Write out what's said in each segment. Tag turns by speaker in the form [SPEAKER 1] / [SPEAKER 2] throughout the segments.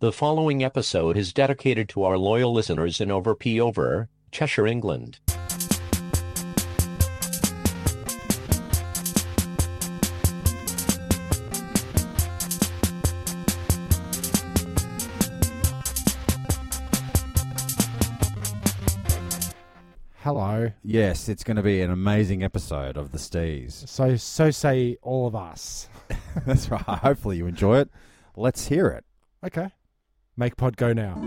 [SPEAKER 1] The following episode is dedicated to our loyal listeners in Over P Over, Cheshire, England.
[SPEAKER 2] Hello.
[SPEAKER 3] Yes, it's going to be an amazing episode of the Stees.
[SPEAKER 2] So so say all of us.
[SPEAKER 3] That's right. Hopefully you enjoy it. Let's hear it.
[SPEAKER 2] Okay. Make pod go now.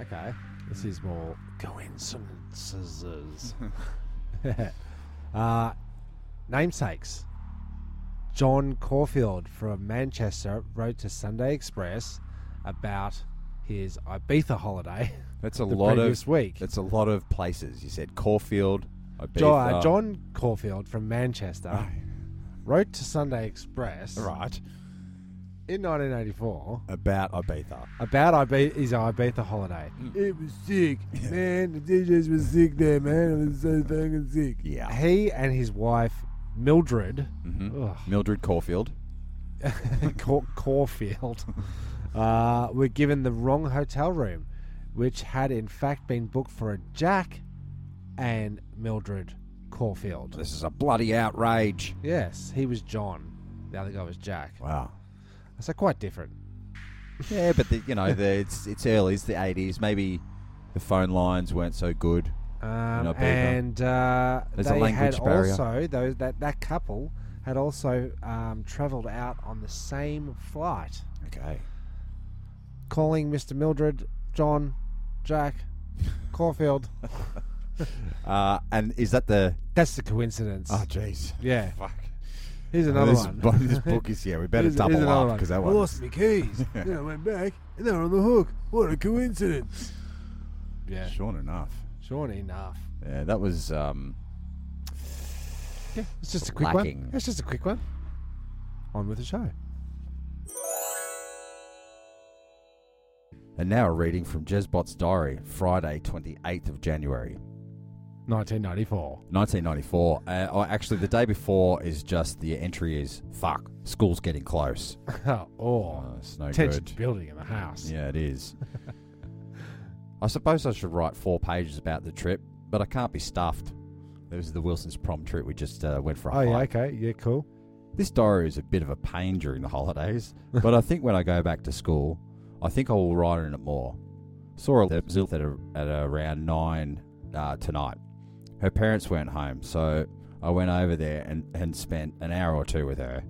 [SPEAKER 2] Okay. This is more coincidences. uh, namesakes. John Caulfield from Manchester wrote to Sunday Express about his Ibiza holiday.
[SPEAKER 3] That's a
[SPEAKER 2] The
[SPEAKER 3] lot
[SPEAKER 2] previous
[SPEAKER 3] of
[SPEAKER 2] week.
[SPEAKER 3] That's a lot of places. You said Caulfield, Ibiza.
[SPEAKER 2] Jo- uh, John Caulfield from Manchester wrote to Sunday Express
[SPEAKER 3] Right.
[SPEAKER 2] in 1984
[SPEAKER 3] About Ibiza.
[SPEAKER 2] about Ibe- his Ibiza holiday. It was sick, man. The DJs was sick there, man. It was so fucking sick.
[SPEAKER 3] Yeah.
[SPEAKER 2] He and his wife Mildred
[SPEAKER 3] Mildred Caulfield.
[SPEAKER 2] Cor- Caulfield uh, were given the wrong hotel room, which had in fact been booked for a Jack and Mildred Caulfield.
[SPEAKER 3] This is a bloody outrage.
[SPEAKER 2] Yes, he was John. The other guy was Jack.
[SPEAKER 3] Wow.
[SPEAKER 2] So quite different.
[SPEAKER 3] Yeah, but the, you know, the, it's it's early. It's the eighties. Maybe the phone lines weren't so good.
[SPEAKER 2] Um,
[SPEAKER 3] Not big, huh?
[SPEAKER 2] and uh,
[SPEAKER 3] There's a
[SPEAKER 2] they
[SPEAKER 3] language
[SPEAKER 2] had
[SPEAKER 3] barrier.
[SPEAKER 2] also those that that couple had also um, travelled out on the same flight,
[SPEAKER 3] Okay.
[SPEAKER 2] calling Mr. Mildred, John, Jack, Caulfield.
[SPEAKER 3] Uh, and is that the?
[SPEAKER 2] That's the coincidence.
[SPEAKER 3] Ah, jeez.
[SPEAKER 2] yeah.
[SPEAKER 3] Fuck.
[SPEAKER 2] Here's another
[SPEAKER 3] this,
[SPEAKER 2] one.
[SPEAKER 3] bu- this book is yeah. We better
[SPEAKER 2] Here's-
[SPEAKER 3] double
[SPEAKER 2] here's another
[SPEAKER 3] up
[SPEAKER 2] one.
[SPEAKER 3] because that
[SPEAKER 2] I
[SPEAKER 3] one.
[SPEAKER 2] lost my keys. then I went back, and they're on the hook. What a coincidence! Yeah,
[SPEAKER 3] Sure enough.
[SPEAKER 2] sure enough.
[SPEAKER 3] Yeah, that was. Um,
[SPEAKER 2] Yeah, it's just a quick
[SPEAKER 3] Lacking.
[SPEAKER 2] one. It's just a quick one. On with the show.
[SPEAKER 3] and now a reading from Jezbot's diary, Friday, twenty eighth of January,
[SPEAKER 2] 1994.
[SPEAKER 3] nineteen ninety four. Uh, oh, actually, the day before is just the entry is fuck. School's getting close.
[SPEAKER 2] oh,
[SPEAKER 3] Uh, it's no
[SPEAKER 2] tension's
[SPEAKER 3] good.
[SPEAKER 2] building in the house.
[SPEAKER 3] Yeah, it is. I suppose I should write four pages about the trip, but I can't be stuffed. It was the Wilson's prom trip we just uh, went for a
[SPEAKER 2] Oh yeah,
[SPEAKER 3] hike.
[SPEAKER 2] okay, yeah, cool.
[SPEAKER 3] This diary is a bit of a pain during the holidays, but I think when I go back to school, I think I will write in it more. Saw a zilth at, a, at around nine uh, tonight. Her parents weren't home, so I went over there and, and spent an hour or two with her.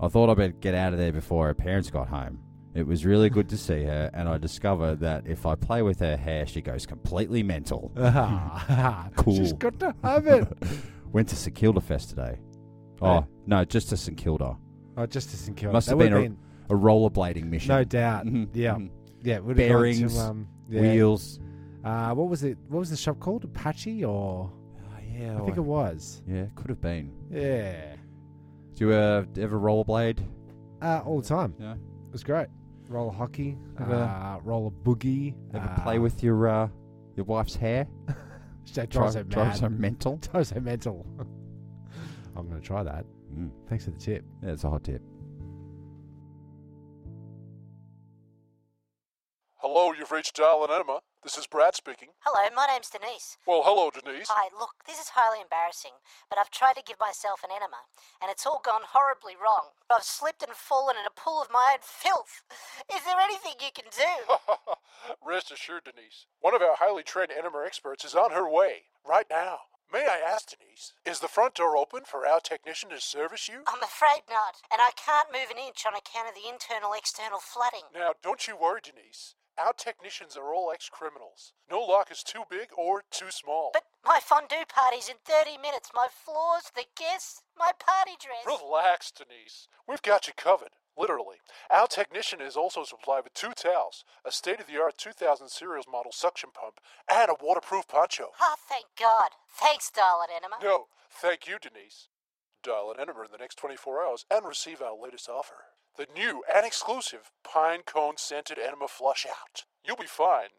[SPEAKER 3] I thought I better get out of there before her parents got home. It was really good to see her, and I discovered that if I play with her hair, she goes completely mental. Cool.
[SPEAKER 2] She's Ah, got to have it.
[SPEAKER 3] Went to St Kilda Fest today.
[SPEAKER 2] Hey.
[SPEAKER 3] Oh, no, just to St Kilda.
[SPEAKER 2] oh, just to St Kilda.
[SPEAKER 3] Must
[SPEAKER 2] That
[SPEAKER 3] have
[SPEAKER 2] would've
[SPEAKER 3] been A rollerblading mission.
[SPEAKER 2] no doubt.
[SPEAKER 3] Mhm,
[SPEAKER 2] Yeah,
[SPEAKER 3] mhm.
[SPEAKER 2] yeah. it would've gone to,
[SPEAKER 3] Bearings,
[SPEAKER 2] um, yeah.
[SPEAKER 3] Wheels.
[SPEAKER 2] Uh, what was it? What was the shop called? Apache Oh, or
[SPEAKER 3] yeah,
[SPEAKER 2] I think it was.
[SPEAKER 3] yeah, could have been.
[SPEAKER 2] Yeah.
[SPEAKER 3] Do you uh, ever rollerblade?
[SPEAKER 2] Uh, all the time.
[SPEAKER 3] No.
[SPEAKER 2] It was great. Roller hockey,
[SPEAKER 3] Ever-
[SPEAKER 2] uh, roller boogie.
[SPEAKER 3] Ever
[SPEAKER 2] uh,
[SPEAKER 3] play with your uh, your wife's hair?
[SPEAKER 2] That drives her
[SPEAKER 3] Drive- drives her
[SPEAKER 2] mad.
[SPEAKER 3] mental.
[SPEAKER 2] Drives her mental. I'm going to try that.
[SPEAKER 3] Mm.
[SPEAKER 2] Thanks for the tip.
[SPEAKER 3] Yeah, it's a hot tip.
[SPEAKER 4] Hello, you've reached Dal and Emma. This is Brad speaking.
[SPEAKER 5] Hello, my name's Denise.
[SPEAKER 4] Well, hello, Denise.
[SPEAKER 5] Hi, look, this is highly embarrassing, but I've tried to give myself an enema, and it's all gone horribly wrong. I've slipped and fallen in a pool of my own filth. Is there anything you can do?
[SPEAKER 4] Rest assured, Denise. One of our highly trained enema experts is on her way right now. May I ask, Denise, is the front door open for our technician to service you?
[SPEAKER 5] I'm afraid not, and I can't move an inch on account of the internal external flooding.
[SPEAKER 4] Now, don't you worry, Denise. Our technicians are all ex criminals. No lock is too big or too small.
[SPEAKER 5] But my fondue party's in 30 minutes. My floors, the guests, my party dress.
[SPEAKER 4] Relax, Denise. We've got you covered, literally. Our technician is also supplied with two towels, a state of the art 2000 Serials model suction pump, and a waterproof poncho.
[SPEAKER 5] Ah, thank God. Thanks, darling enema.
[SPEAKER 4] No, thank you, Denise. Dial an Enema in the next 24 hours and receive our latest offer. The new and exclusive pine cone scented enema flush out. You'll be fine,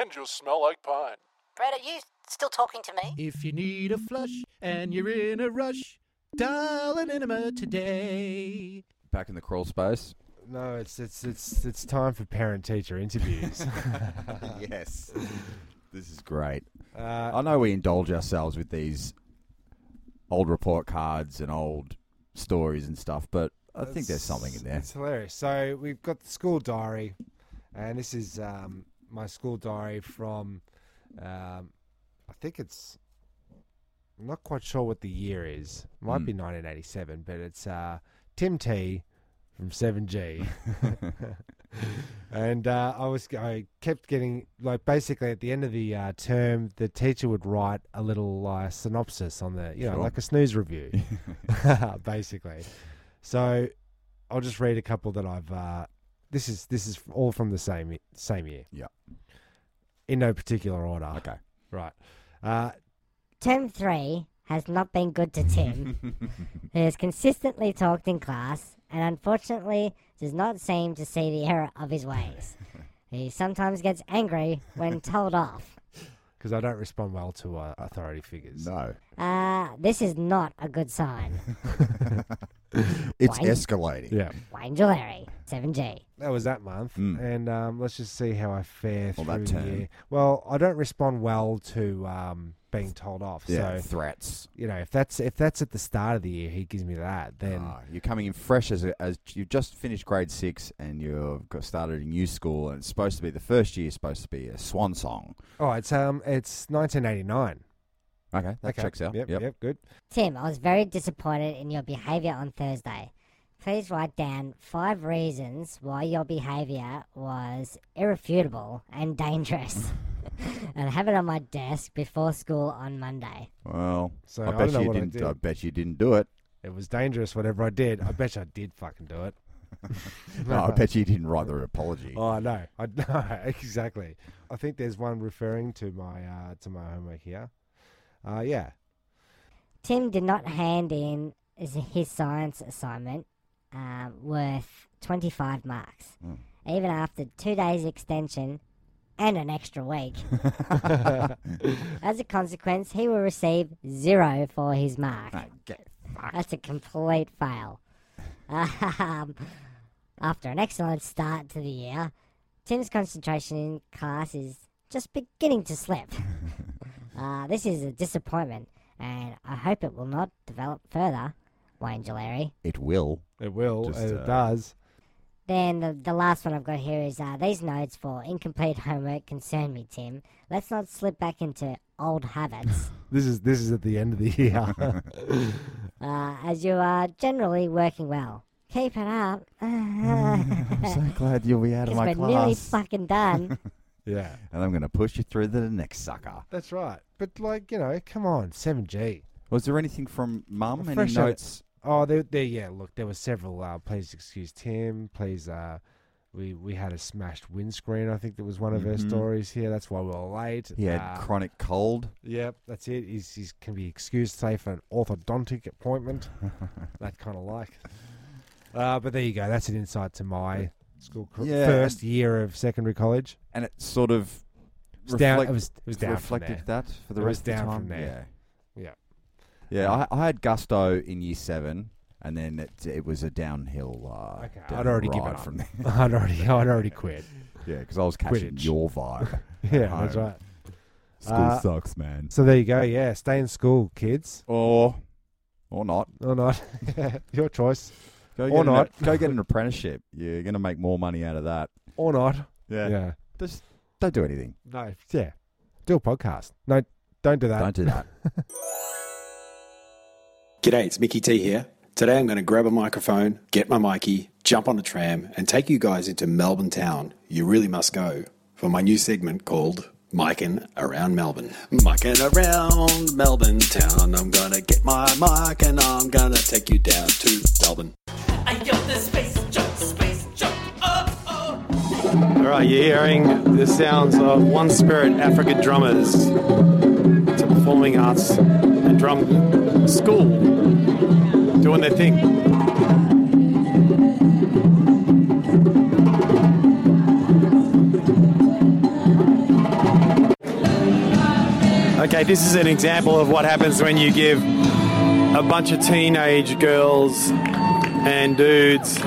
[SPEAKER 4] and you'll smell like pine.
[SPEAKER 5] Brad, are you still talking to me?
[SPEAKER 6] If you need a flush and you're in a rush, dial an enema today.
[SPEAKER 3] Back in the crawl space.
[SPEAKER 2] No, it's it's it's it's time for parent teacher interviews.
[SPEAKER 3] yes. This is great.
[SPEAKER 2] uh,
[SPEAKER 3] I know we indulge ourselves with these old report cards and old stories and stuff, but
[SPEAKER 2] Uh,
[SPEAKER 3] I think there's something in there.
[SPEAKER 2] It's hilarious. So we've got the school diary, and this is um, my school diary from, um, I think it's, I'm not quite sure what the year is.
[SPEAKER 3] Hmm.
[SPEAKER 2] Might be 1987, but it's uh, Tim T from 7G. and uh, I was I kept getting like basically at the end of the uh, term, the teacher would write a little uh, synopsis on the you know
[SPEAKER 3] Sure.
[SPEAKER 2] like a snooze review, basically. So I'll just read a couple that I've. Uh, this is this is all from the same y- same year.
[SPEAKER 3] Yeah.
[SPEAKER 2] In no particular order.
[SPEAKER 3] Okay.
[SPEAKER 2] Right. Uh,
[SPEAKER 7] Term three has not been good to Tim, who has consistently talked in class and unfortunately does not seem to see the error of his ways. He sometimes gets angry when told off.
[SPEAKER 2] because I don't respond well to uh, authority figures.
[SPEAKER 3] No.
[SPEAKER 7] Uh, this is not a good sign.
[SPEAKER 3] It's
[SPEAKER 7] Why?
[SPEAKER 3] escalating.
[SPEAKER 2] Yeah.
[SPEAKER 7] Wayne Jewellery, 7G.
[SPEAKER 2] That was that month,
[SPEAKER 3] Mm.
[SPEAKER 2] and um, let's just see how I fare
[SPEAKER 3] Well,
[SPEAKER 2] through
[SPEAKER 3] that
[SPEAKER 2] the
[SPEAKER 3] term.
[SPEAKER 2] year. Well, I don't respond well to um, being told off.
[SPEAKER 3] Yeah,
[SPEAKER 2] So
[SPEAKER 3] threats.
[SPEAKER 2] you know, if that's if that's at the start of the year, he gives me that. Then
[SPEAKER 3] Ah, you're coming in fresh as a, as you've just finished grade six and you've got started a new school and it's supposed to be the first year. is supposed to be a swan song.
[SPEAKER 2] oh, it's um, it's 1989.
[SPEAKER 3] Okay, that
[SPEAKER 2] okay.
[SPEAKER 3] checks out.
[SPEAKER 2] Yep,
[SPEAKER 3] Yep.
[SPEAKER 2] yep, good.
[SPEAKER 7] Tim, I was very disappointed in your behaviour on Thursday. Please write down five reasons why your behaviour was irrefutable and dangerous. and have it on my desk before school on Monday.
[SPEAKER 3] Well,
[SPEAKER 2] So
[SPEAKER 3] I
[SPEAKER 2] I
[SPEAKER 3] bet
[SPEAKER 2] don't know
[SPEAKER 3] you
[SPEAKER 2] what I
[SPEAKER 3] didn't.
[SPEAKER 2] did.
[SPEAKER 3] I bet you didn't do it.
[SPEAKER 2] It was dangerous, whatever I did. I bet you I did fucking do it.
[SPEAKER 3] No, I bet you didn't write the apology.
[SPEAKER 2] Oh no, I no exactly. I think there's one referring to my uh, to my homework here. Uh, yeah,
[SPEAKER 7] Tim did not hand in his his science assignment um, worth 25 marks, even after two days' extension and an extra week. As a consequence, he will receive zero for his mark. That's a complete fail. Um, after an excellent start to the year, Tim's concentration in class is just beginning to slip. Uh, this is a disappointment, and I hope it will not develop further, Wayne Jaleri.
[SPEAKER 3] It will.
[SPEAKER 2] it will.
[SPEAKER 3] Just,
[SPEAKER 2] it
[SPEAKER 3] uh,
[SPEAKER 2] does.
[SPEAKER 7] Then the, the last one I've got here is uh, these notes for incomplete homework concern me, Tim. Let's not slip back into old habits,
[SPEAKER 2] This is this is at the end of the year.
[SPEAKER 7] uh, as you are generally working well. Keep it up.
[SPEAKER 3] I'm so glad you'll be out of
[SPEAKER 7] Because
[SPEAKER 3] my
[SPEAKER 7] we're nearly
[SPEAKER 3] class.
[SPEAKER 7] fucking done.
[SPEAKER 2] yeah,
[SPEAKER 3] and I'm going to push you through to the next sucker.
[SPEAKER 2] that's right. But like you know, come on, seven G.
[SPEAKER 3] Was there anything from Mum? Any
[SPEAKER 2] Fresh out of-
[SPEAKER 3] notes?
[SPEAKER 2] Oh, there, there. Yeah, look, there were several. Uh, please excuse Tim. Please, uh, we we had a smashed windscreen. I think that was one of her
[SPEAKER 3] Mhm.
[SPEAKER 2] stories here. That's why we were late.
[SPEAKER 3] He had
[SPEAKER 2] Uh,
[SPEAKER 3] chronic cold.
[SPEAKER 2] Yep, that's it. He's, he's can be excused say for an orthodontic appointment. that kind of like. Uh, but there you go. That's an insight to my school cur-
[SPEAKER 3] Yeah,
[SPEAKER 2] first year of secondary college.
[SPEAKER 3] And it sort of
[SPEAKER 2] It was down.
[SPEAKER 3] reflect-
[SPEAKER 2] It was, it was down. from
[SPEAKER 3] reflected
[SPEAKER 2] there.
[SPEAKER 3] that for the
[SPEAKER 2] It was
[SPEAKER 3] rest
[SPEAKER 2] down
[SPEAKER 3] of the time.
[SPEAKER 2] from there. Yeah. Um,
[SPEAKER 3] Yeah. Yeah. I, I had gusto in year seven, and then it, it was a downhill. Uh,
[SPEAKER 2] Okay, I'd
[SPEAKER 3] downhill
[SPEAKER 2] already given
[SPEAKER 3] ride
[SPEAKER 2] up.
[SPEAKER 3] from there.
[SPEAKER 2] I'd already, I'd already quit.
[SPEAKER 3] yeah, because I was catching
[SPEAKER 2] Quidditch.
[SPEAKER 3] your vibe.
[SPEAKER 2] Yeah, that's
[SPEAKER 3] home.
[SPEAKER 2] right.
[SPEAKER 3] School
[SPEAKER 2] Uh,
[SPEAKER 3] sucks, man.
[SPEAKER 2] So there you go. Yeah, stay in school, kids,
[SPEAKER 3] Or, or not.
[SPEAKER 2] or not. Your choice,
[SPEAKER 3] Go
[SPEAKER 2] Or
[SPEAKER 3] get an-
[SPEAKER 2] not.
[SPEAKER 3] go get an apprenticeship. You're going to make more money out of that.
[SPEAKER 2] or not.
[SPEAKER 3] Yeah.
[SPEAKER 2] Yeah.
[SPEAKER 3] Just don't do anything.
[SPEAKER 2] No. Yeah. Do a podcast. No, don't do that.
[SPEAKER 3] Don't do that.
[SPEAKER 8] G'day, it's Mickey T here. Today I'm going to grab a microphone, get my Mikey, jump on a tram, and take you guys into Melbourne town. You really must go for my new segment called Miking Around Melbourne. Miking Around Melbourne town. I'm going to get my mic and I'm going to take you down to Melbourne.
[SPEAKER 9] I yelled the space jump, space jump, up, oh.
[SPEAKER 8] All right, you're hearing the sounds of One Spirit Africa Drummers. It's a performing arts and drum school doing their thing.
[SPEAKER 2] Okay, this is an example of what happens when you give a bunch of teenage girls and dudes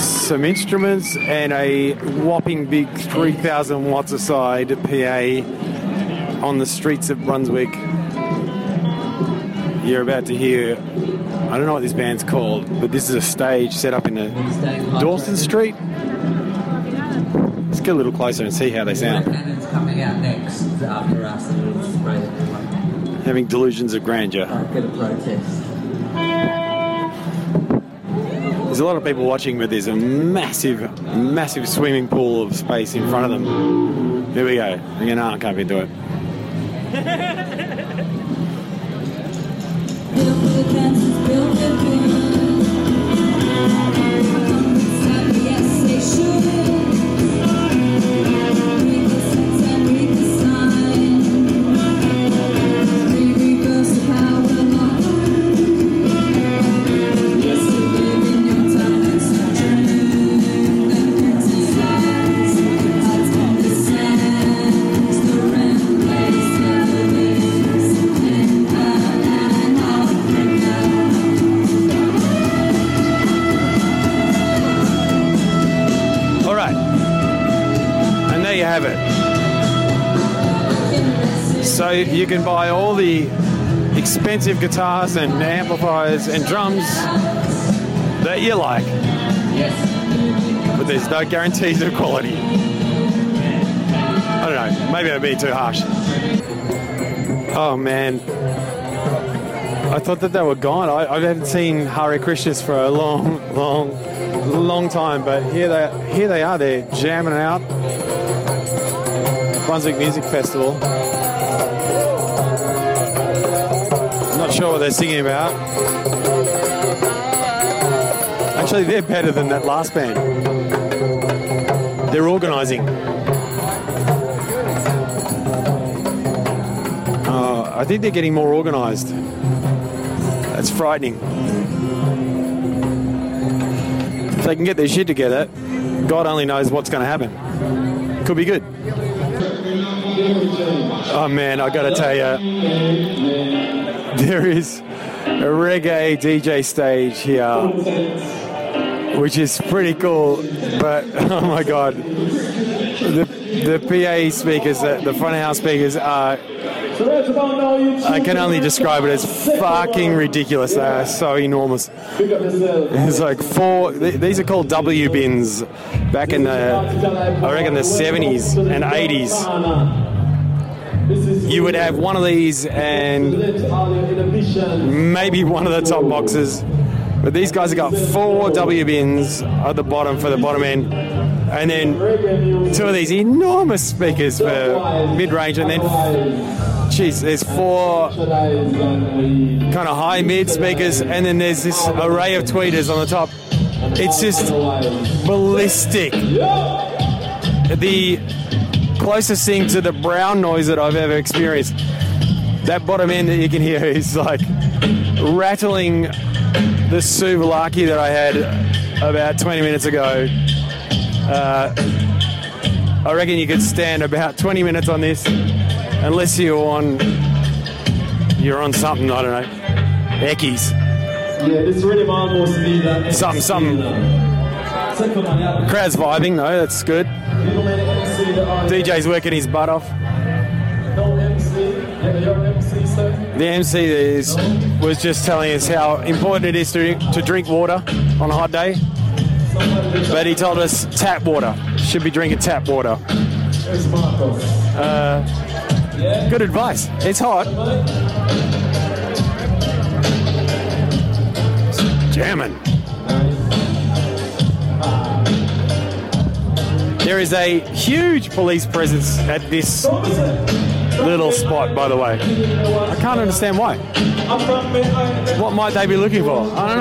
[SPEAKER 2] some instruments and a whopping big 3,000 watts a side PA on the streets of Brunswick. You're about to hear, I don't know what this band's called, but this is a stage set up in a Dawson Street. Let's get a little closer and see how they sound.
[SPEAKER 10] Cannon's coming out next after us and we'll spray everyone.
[SPEAKER 2] Having delusions of grandeur.
[SPEAKER 10] Get a protest.
[SPEAKER 2] There's a lot of people watching, but there's a massive, massive swimming pool of space in front of them. Here we go. You know, I can't be doing it. All right. And there you have it. So you can buy all the expensive guitars and amplifiers and drums that you like. But there's no guarantees of quality. I don't know. Maybe I'm being too harsh. Oh man. I thought that they were gone. I, I haven't seen Hare Krishnas for a long, long, long time, but here they here they are. They're jamming out. Brunswick Music Festival. Not sure what they're singing about. Actually, they're better than that last band. They're organising. Uh, I think they're getting more organised. That's frightening. If they can get their shit together, God only knows what's going to happen. Could be good. Oh man, I gotta tell you, there is a reggae DJ stage here, which is pretty cool. But oh my god, the, the PA speakers, the, the front of house speakers are. I can only describe it as fucking ridiculous. They are so enormous. It's like four. th- These are called W bins. Back in the, I reckon the 70s and 80s, you would have one of these and maybe one of the top boxes. But these guys have got four W bins at the bottom for the bottom end, and then two of these enormous speakers for mid range, and then Jeez, there's four kind of high mid speakers, and then there's this array of tweeters on the top. It's just ballistic. The closest thing to the brown noise that I've ever experienced. That bottom end that you can hear is like rattling the souvlaki that I had about 20 minutes ago. Uh, I reckon you could stand about 20 minutes on this, unless you're on you're on something I don't know, Eckies,
[SPEAKER 11] Yeah, this really man wants to be that.
[SPEAKER 2] something, something. Crowd's vibing though, that's good. DJ's working his butt off. The MC is, was just telling us how important it is to, to drink water on a hot day, but he told us tap water should be drinking tap water. Uh, good advice. It's hot. Jamming. There is a huge police presence at this little spot, by the way. I can't understand why. What might they be looking for? I don't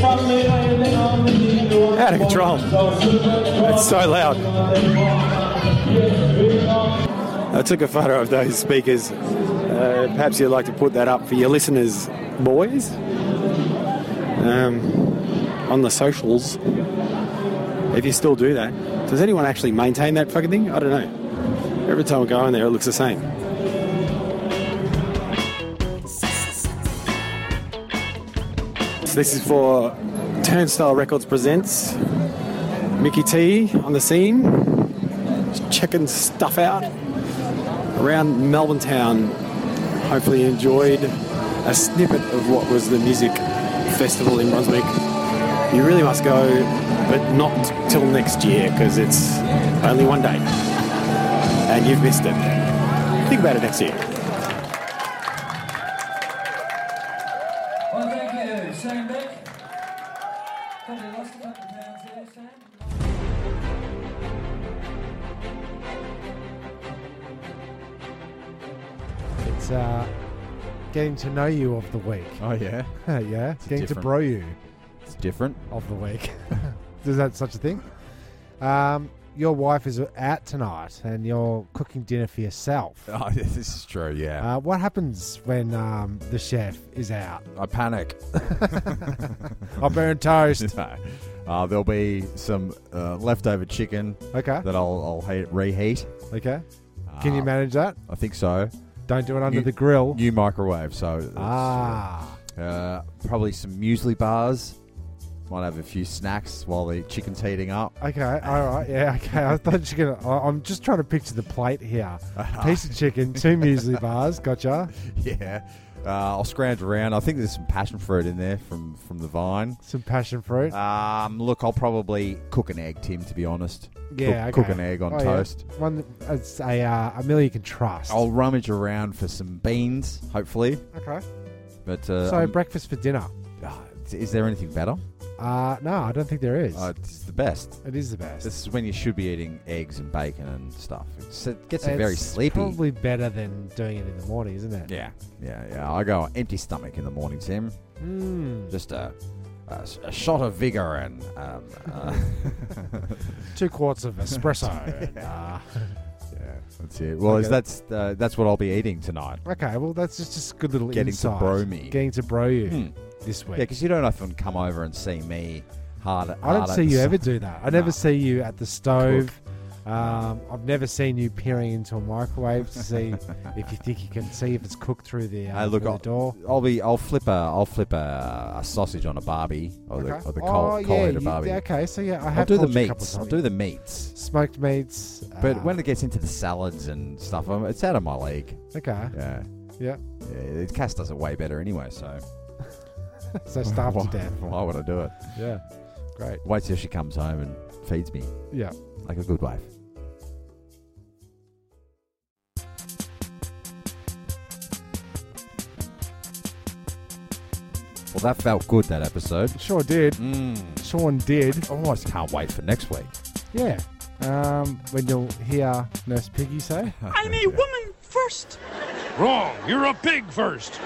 [SPEAKER 2] know. Out of control. It's so loud. I took a photo of those speakers. Uh, perhaps you'd like to put that up for your listeners, boys, um, on the socials. If you still do that, does anyone actually maintain that fucking thing? I don't know. Every time I go in there, it looks the same. This is for Turnstile Records Presents. Mickey T on the scene, Just checking stuff out around Melbourne town. Hopefully, you enjoyed a snippet of what was the music festival in Brunswick. You really must go, but not till next year because it's only one day and you've missed it. Think about it next year.
[SPEAKER 12] Well, thank you, Sam Beck. Probably lost a couple of pounds there, Sam.
[SPEAKER 9] It's uh, getting to know you of the week.
[SPEAKER 3] Oh yeah,
[SPEAKER 9] yeah.
[SPEAKER 3] It's
[SPEAKER 9] getting to
[SPEAKER 3] different.
[SPEAKER 9] bro you
[SPEAKER 3] It's different.
[SPEAKER 9] of the week. Is that such a thing? Um, your wife is out tonight, and you're cooking dinner for yourself.
[SPEAKER 3] Oh, this is true. Yeah,
[SPEAKER 9] Uh, what happens when um, the chef is out?
[SPEAKER 3] I panic.
[SPEAKER 9] I burn toast.
[SPEAKER 3] No. Uh, there'll be some uh, leftover chicken.
[SPEAKER 9] Okay.
[SPEAKER 3] That I'll I'll he- reheat. Uh,
[SPEAKER 9] Okay. Can you manage that?
[SPEAKER 3] I think so.
[SPEAKER 9] Don't do it under
[SPEAKER 3] New-
[SPEAKER 9] the grill.
[SPEAKER 3] New microwave. So it's, uh,
[SPEAKER 9] Ah.
[SPEAKER 3] uh, probably some muesli bars. Might have a few snacks while the chicken's heating up.
[SPEAKER 9] Okay, all right, yeah, okay. I thought you were gonna. I- I'm just trying to picture the plate here: piece of chicken, two muesli bars. Gotcha.
[SPEAKER 3] Yeah. Uh, I'll scrounge around. I think there's some passion fruit in there from from the vine.
[SPEAKER 9] Some passion fruit.
[SPEAKER 3] Um, look, I'll probably cook an egg, Tim. To be honest,
[SPEAKER 9] yeah,
[SPEAKER 3] cook,
[SPEAKER 9] okay.
[SPEAKER 3] cook an egg on
[SPEAKER 9] Oh, yeah.
[SPEAKER 3] toast.
[SPEAKER 9] One, that- it's a uh, a meal you can trust.
[SPEAKER 3] I'll rummage around for some beans, hopefully.
[SPEAKER 9] Okay.
[SPEAKER 3] But uh,
[SPEAKER 9] so
[SPEAKER 3] I'm-
[SPEAKER 9] breakfast for dinner.
[SPEAKER 3] Ah, is there anything better?
[SPEAKER 9] Uh, no, I don't think there is.
[SPEAKER 3] Uh, it's the best.
[SPEAKER 9] it is the best.
[SPEAKER 3] This is when you should be eating eggs and bacon and stuff. It's, it gets you
[SPEAKER 9] It's
[SPEAKER 3] very sleepy.
[SPEAKER 9] Probably better than doing it in the morning, isn't it?
[SPEAKER 3] yeah, yeah, yeah. I go empty stomach in the morning, Tim.
[SPEAKER 9] Mm.
[SPEAKER 3] Just a, a s- a shot of vigor and um, uh,
[SPEAKER 9] Two quarts of espresso. and, uh,
[SPEAKER 3] yeah, that's it. Well, is
[SPEAKER 9] Okay.
[SPEAKER 3] that's uh, that's what I'll be eating tonight.
[SPEAKER 9] okay, well that's just just a good little
[SPEAKER 3] Getting to
[SPEAKER 9] insight.
[SPEAKER 3] bro me.
[SPEAKER 9] Getting to bro you
[SPEAKER 3] Hmm.
[SPEAKER 9] this
[SPEAKER 3] Yeah,
[SPEAKER 9] week.
[SPEAKER 3] because you don't often come over and see me hard.
[SPEAKER 9] I don't
[SPEAKER 3] hard at
[SPEAKER 9] see
[SPEAKER 3] the
[SPEAKER 9] you
[SPEAKER 3] s-
[SPEAKER 9] ever do that. I
[SPEAKER 3] No.
[SPEAKER 9] never see you at the stove. Um, I've never seen you peering into a microwave to see if you think you can see if it's cooked through the, uh,
[SPEAKER 3] Hey, look,
[SPEAKER 9] through
[SPEAKER 3] I'll,
[SPEAKER 9] the door.
[SPEAKER 3] I'll be. I'll flip a. I'll flip a, a sausage on a barbie or the or the col-
[SPEAKER 9] oh, yeah,
[SPEAKER 3] colator
[SPEAKER 9] you-
[SPEAKER 3] barbie.
[SPEAKER 9] Okay, so yeah, I have
[SPEAKER 3] I'll do the
[SPEAKER 9] called you a couple
[SPEAKER 3] meats.
[SPEAKER 9] of
[SPEAKER 3] I'll
[SPEAKER 9] times.
[SPEAKER 3] do the meats.
[SPEAKER 9] smoked meats.
[SPEAKER 3] But
[SPEAKER 9] uh,
[SPEAKER 3] when it gets into the salads and stuff, I'm, it's out of my league.
[SPEAKER 9] okay,
[SPEAKER 3] Yeah.
[SPEAKER 9] yeah,
[SPEAKER 3] yeah it, Cass does it way better anyway, so
[SPEAKER 9] so starved
[SPEAKER 3] why,
[SPEAKER 9] to death.
[SPEAKER 3] why would I do it?
[SPEAKER 9] Yeah, great.
[SPEAKER 3] Wait till she comes home and feeds me
[SPEAKER 9] Yeah,
[SPEAKER 3] like a good wife. Well, that felt good, that episode.
[SPEAKER 9] sure did.
[SPEAKER 3] Mm.
[SPEAKER 9] Sean did.
[SPEAKER 3] Oh, I can't wait for next week.
[SPEAKER 9] Yeah. Um, when you'll hear Nurse Piggy say,
[SPEAKER 13] I'm a woman first.
[SPEAKER 4] Wrong. You're a pig first.